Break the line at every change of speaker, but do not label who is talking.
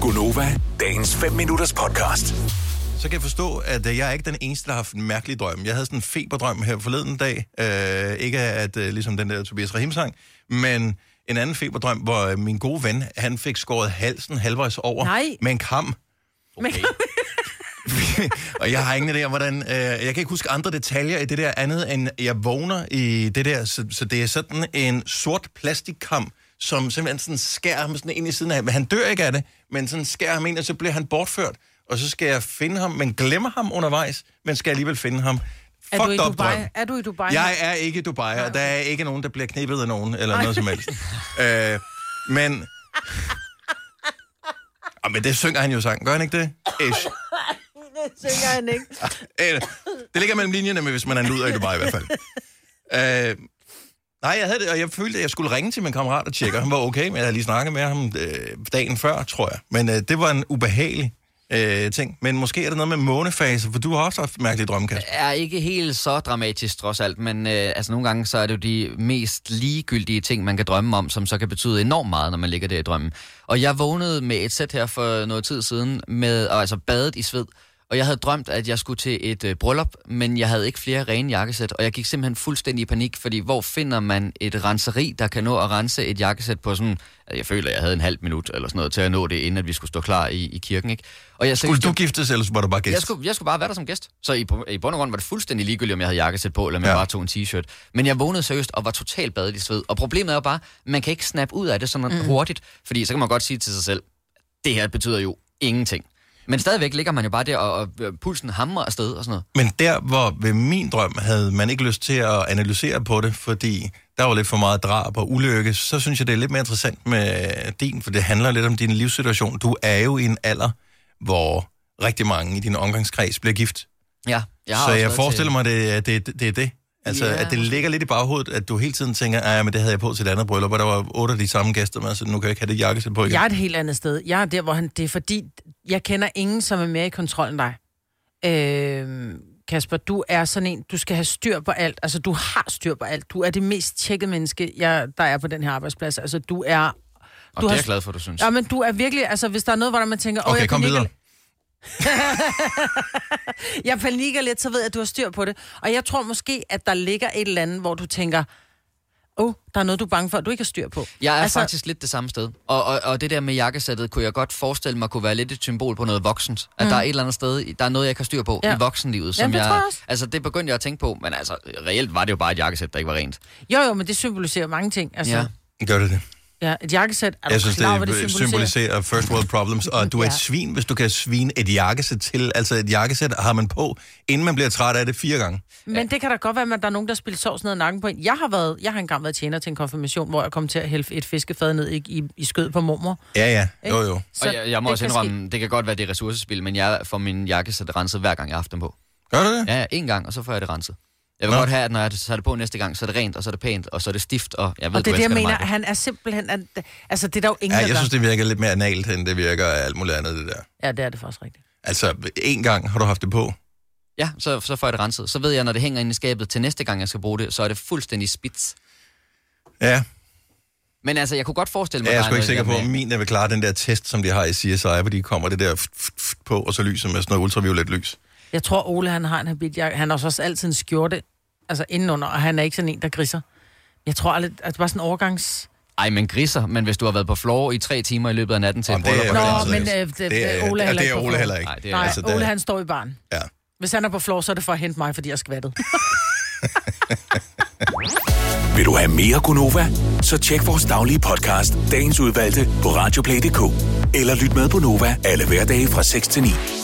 Gunova, dagens 5 minutters podcast.
så kan jeg forstå, at øh, jeg er ikke den eneste, der har haft en mærkelig drøm. Jeg havde sådan en feberdrøm her forleden dag. Øh, ikke at, øh, ligesom den der Tobias Rahim-sang, men en anden feberdrøm, hvor øh, min gode ven, han fik skåret halsen halvvejs over
Nej.
med en kam.
Okay.
og jeg har ingen idé om, hvordan... Øh, jeg kan ikke huske andre detaljer i det der andet, end jeg vågner i det der. Så, så det er sådan en sort plastikkam, som simpelthen sådan skærer ham sådan ind i siden af. Men han dør ikke af det, men sådan skærer ham ind, og så bliver han bortført. Og så skal jeg finde ham, men glemmer ham undervejs, men skal alligevel finde ham.
Er du i
Fucked up
Dubai?
drøm.
Er du i Dubai?
Jeg er ikke i Dubai, og der er ikke nogen, der bliver knippet af nogen, eller noget som helst. Øh, men... Ah, men det synger han jo sang, gør han ikke det? Ish.
Det synger han ikke.
Øh, det ligger mellem linjerne, men hvis man er en luder i Dubai i hvert fald. Øh, nej, jeg havde det, og jeg følte, at jeg skulle ringe til min kammerat og tjekke, og han var okay, men jeg havde lige snakket med ham øh, dagen før, tror jeg. Men øh, det var en ubehagelig øh, ting. Men måske er det noget med månefase, for du har også haft mærkelige drømme, Kasper.
er ikke helt så dramatisk trods alt, men øh, altså nogle gange så er det jo de mest ligegyldige ting, man kan drømme om, som så kan betyde enormt meget, når man ligger der i drømmen. Og jeg vågnede med et sæt her for noget tid siden, med, og altså badet i sved, og jeg havde drømt, at jeg skulle til et øh, bryllup, men jeg havde ikke flere rene jakkesæt, og jeg gik simpelthen fuldstændig i panik, fordi hvor finder man et renseri, der kan nå at rense et jakkesæt på sådan, jeg føler, jeg havde en halv minut eller sådan noget til at nå det, inden at vi skulle stå klar i, i kirken, ikke? Og jeg
Skulle du giftes, eller var du bare gæst?
jeg skulle, jeg skulle bare være der som gæst. Så i, i bund og grund var det fuldstændig ligegyldigt, om jeg havde jakkesæt på, eller om jeg
Ja.
ja. bare tog en t-shirt. Men jeg vågnede seriøst og var totalt badet i sved. Og problemet er jo bare, man kan ikke snappe ud af det sådan mm. hurtigt, fordi så kan man godt sige til sig selv, det her betyder jo ingenting. Men stadigvæk ligger man jo bare der, og, og øh, pulsen hamrer afsted og sådan noget.
Men der, hvor ved min drøm havde man ikke lyst til at analysere på det, fordi der var lidt for meget drab og ulykke, så synes jeg, det er lidt mere interessant med din, for det handler lidt om din livssituation. Du er jo i en alder, hvor rigtig mange i din omgangskreds bliver gift.
Ja, jeg har
så
også
jeg
været
forestiller
til...
mig, det, er- det, det er det. Altså,
Ja.
yeah. at det ligger lidt i baghovedet, at du hele tiden tænker, at men det havde jeg på til det andet bryllup, og der var otte af de samme gæster med, så nu kan jeg ikke have det jakkesæt på igen.
Jeg er et helt andet sted. Jeg er der, hvor han... Det er fordi, jeg kender ingen, som er mere i kontrol end dig. Øh, Kasper, du er sådan en, du skal have styr på alt. Altså, du har styr på alt. Du er det mest tjekkede menneske, jeg, der er på den her arbejdsplads. Altså, du er...
Og
du
det er
har-
jeg glad for, du synes.
Ja, men du er virkelig... Altså, hvis der er noget, hvor man tænker... "Åh,
Okay,
jeg
kom
panikker
videre.
jeg panikker lidt, så ved jeg, at du har styr på det. Og jeg tror måske, at der ligger et eller andet, hvor du tænker, åh, oh, der er noget, du er bange for, du ikke har styr på.
Jeg er
altså-
altså... faktisk lidt det samme sted. Og, og, og det der med jakkesættet, kunne jeg godt forestille mig, kunne være lidt et symbol på noget voksent. At mm. der er et eller andet sted, i- der er noget, jeg kan styre på
Ja.
ja. i voksenlivet. Som
Jamen, det
jeg,
tror jeg også.
Altså, det begyndte jeg at tænke på, men altså, reelt var det jo bare et jakkesæt, der ikke var rent.
Jo, jo, men det symboliserer mange ting. Altså, ja.
Ja.
Gør det det?
ja et jakkesæt, er du
Jeg synes,
klar, over,
det,
hvad det symboliserer?
symboliserer first world problems, og du er et
Ja.
svin, hvis du kan svine et jakkesæt til. Altså et jakkesæt har man på, inden man bliver træt af det fire gange.
Men det kan da godt være, at der er nogen, der spiller sovs ned ad nakken på en. Jeg har, været, jeg har engang været tjener til en konfirmation, hvor jeg kom til at hælde et fiskefad ned i, i, i skød på mormor.
Ja, ja. Jo, jo.
Så
Og jeg, jeg må
det
også
kan
indrømme, det kan godt være, det er ressourcespil, men jeg får min jakkesæt renset hver gang, jeg har haft dem på.
Gør du det?
Ja, ja, en gang, og så får jeg det renset. Jeg vil
Nå.
Nå. godt have, at når jeg tager det på næste gang, så er det rent, og så er det pænt, og så er det stift, og jeg ved,
Og det er
du
det, jeg
elsker
mener.
Maja.
Han er simpelthen... At, altså, det er der jo ingen,
Ja,
der
jeg
gør.
synes, det virker lidt mere analt, end det virker af alt muligt andet, det der.
Ja, det er det faktisk rigtigt.
Altså, en gang har du haft det på.
Ja, så, så får jeg det renset. Så ved jeg, når det hænger inde i skabet til næste gang, jeg skal bruge det, så er det fuldstændig spids.
Ja,
Men altså, jeg kunne godt forestille mig,
jeg er
der
sgu ikke sikker
noget
på,
der
om
med-
min der vil klare den der test, som de har i CSI, hvor de kommer det der f- f- f- på, og så lyser med sådan noget ultraviolet lys.
Jeg tror, Ole, han har en habit. Jeg, han har så også altid en skjorte, altså indenunder, og han er ikke sådan en, der griser. Jeg tror aldrig, at det var sådan en overgangs...
Ej, men griser, men hvis du har været på floor i tre timer i løbet af natten til
Jamen,
Jamen,
det
et
er-
bryllup...
Nå,
eller sådan
men øh,
noget.
det, det, Ole, er
og
heller
det
ikke
er
på
Ole
floor.
heller ikke.
Nej, det er
Nej,
altså...
det-
Ole, han står i barn.
Ja.
Hvis han er på floor, så er det for at hente mig, fordi jeg skvattede.
Vil du have mere Gunova? Så tjek vores daglige podcast, dagens udvalgte, på radioplay.dk. Eller lyt med på Nova alle hverdage fra 6 til 9.